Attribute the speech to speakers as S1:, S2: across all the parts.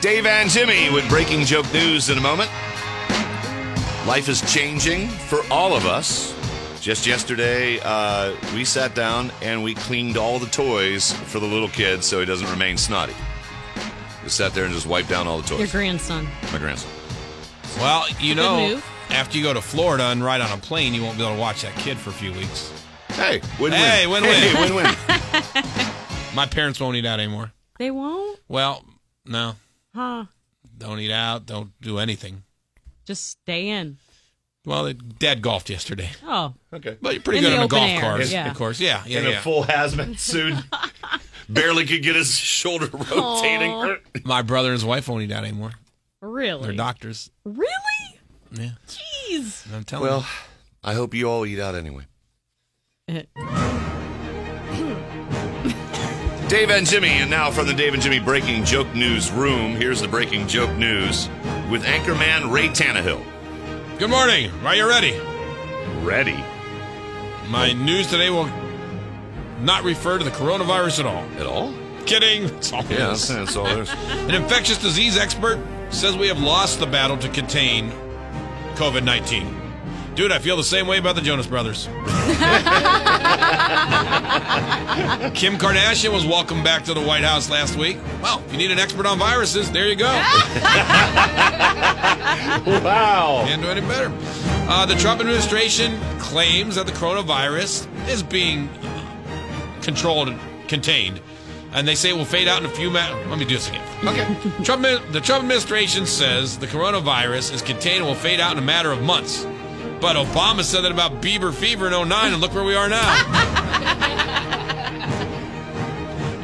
S1: Dave and Jimmy with breaking joke news in a moment. Life is changing for all of us. Just yesterday, uh, we sat down and we cleaned all the toys for the little kid so he doesn't remain snotty. Just sat there and just wiped down all the toys.
S2: Your grandson.
S1: My grandson.
S3: Well, you
S2: Good
S3: know,
S2: move.
S3: after you go to Florida and ride on a plane, you won't be able to watch that kid for a few weeks.
S1: Hey, win-win.
S3: Hey, win-win.
S1: Hey, win-win.
S3: My parents won't eat out anymore.
S2: They won't?
S3: Well, no,
S2: Huh.
S3: don't eat out, don't do anything.
S2: Just stay in.
S3: Well, they- Dad golfed yesterday,
S2: Oh.
S1: okay.
S3: but you're pretty
S2: In
S3: good
S2: the
S3: on a
S2: open
S3: golf
S2: air,
S3: course,
S2: yeah.
S3: of course. Yeah, yeah,
S1: In
S3: yeah.
S1: a full hazmat suit. Barely could get his shoulder rotating.
S2: Aw.
S3: My brother and his wife won't eat out anymore. They're
S2: Really?
S3: doctors.
S2: really?
S3: Yeah,
S2: Jeez.
S3: I'm telling
S1: Well, I hope you all eat out anyway. Dave and Jimmy, and now from the Dave and Jimmy Breaking Joke News Room, here's the Breaking Joke News with anchorman Ray Tannehill.
S3: you. Good morning. Are you ready?
S1: Ready
S3: My news today will not refer to the coronavirus at all.
S1: at all?
S3: Kidding. It's all it is.
S1: that's all there's.
S3: An infectious disease expert says we have lost the battle to contain COVID 19. Dude, I feel the same way about the Jonas Brothers. Kim Kardashian was welcomed back to the White House last week. Well, if you need an expert on viruses, there you go.
S1: Wow.
S3: Can't do any better. Uh, the Trump administration claims that the coronavirus is being controlled and contained, and they say it will fade out in a few minutes. Let me do this again. Okay. Trump, the Trump administration says the coronavirus is contained and will fade out in a matter of months. But Obama said that about Bieber fever in 09, and look where we are now.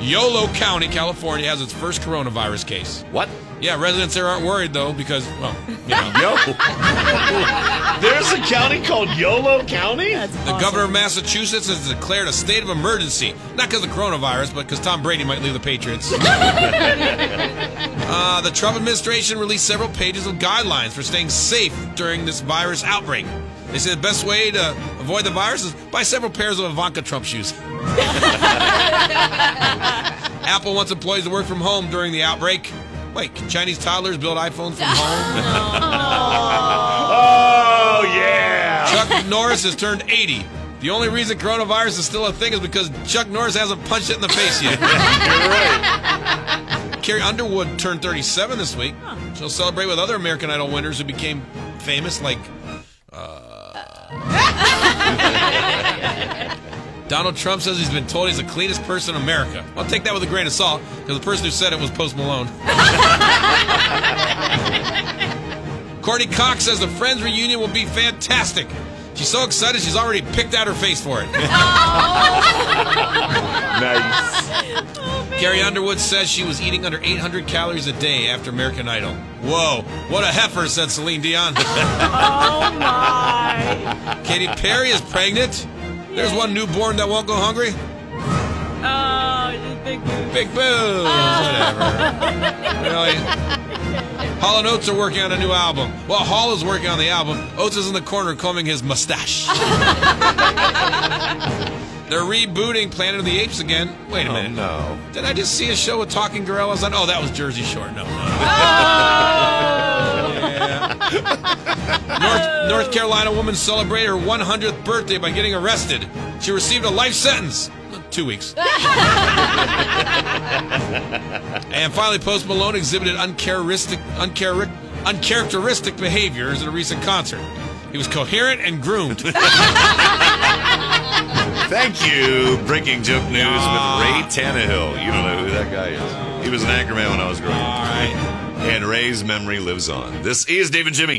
S3: Yolo County, California, has its first coronavirus case.
S1: What?
S3: Yeah, residents there aren't worried though because, well, you know,
S1: Yo. there's a county called Yolo County?
S2: That's
S3: The
S2: awesome.
S3: governor of Massachusetts has declared a state of emergency, not because of coronavirus, but because Tom Brady might leave the Patriots. uh, the Trump administration released several pages of guidelines for staying safe during this virus outbreak. They say the best way to avoid the virus is buy several pairs of Ivanka Trump shoes. Apple wants employees to work from home during the outbreak. Wait, can Chinese toddlers build iPhones from home?
S1: Oh, yeah.
S3: Chuck Norris has turned 80. The only reason coronavirus is still a thing is because Chuck Norris hasn't punched it in the face yet. Carrie Underwood turned 37 this week. She'll celebrate with other American Idol winners who became famous, like uh... Donald Trump says he's been told he's the cleanest person in America. I'll take that with a grain of salt because the person who said it was Post Malone. Courtney Cox says the Friends reunion will be fantastic. She's so excited she's already picked out her face for it.
S1: Nice.
S3: Carrie Underwood says she was eating under 800 calories a day after American Idol. Whoa, what a heifer, said Celine Dion.
S2: Oh, my.
S3: Katy Perry is pregnant. There's one newborn that won't go hungry.
S2: Oh, it is big move.
S3: Big boo. Whatever. really? Hall and Oates are working on a new album. While Hall is working on the album, Oates is in the corner combing his mustache. They're rebooting Planet of the Apes again. Wait a
S1: Oh,
S3: minute.
S1: no.
S3: Did I just see a show with talking gorillas on? Oh, that was Jersey Shore. No. no. Yeah. North, North Carolina woman celebrated her 100th birthday by getting arrested. She received a life sentence. Two weeks. and finally, Post Malone exhibited uncharacteristic, uncharac- uncharacteristic behaviors at a recent concert. He was coherent and groomed.
S1: Thank you, Breaking Joke News with Ray Tannehill. You don't know who that guy is. He was an anchorman when I was growing up.
S3: All right.
S1: And Ray's memory lives on. This is David Jimmy.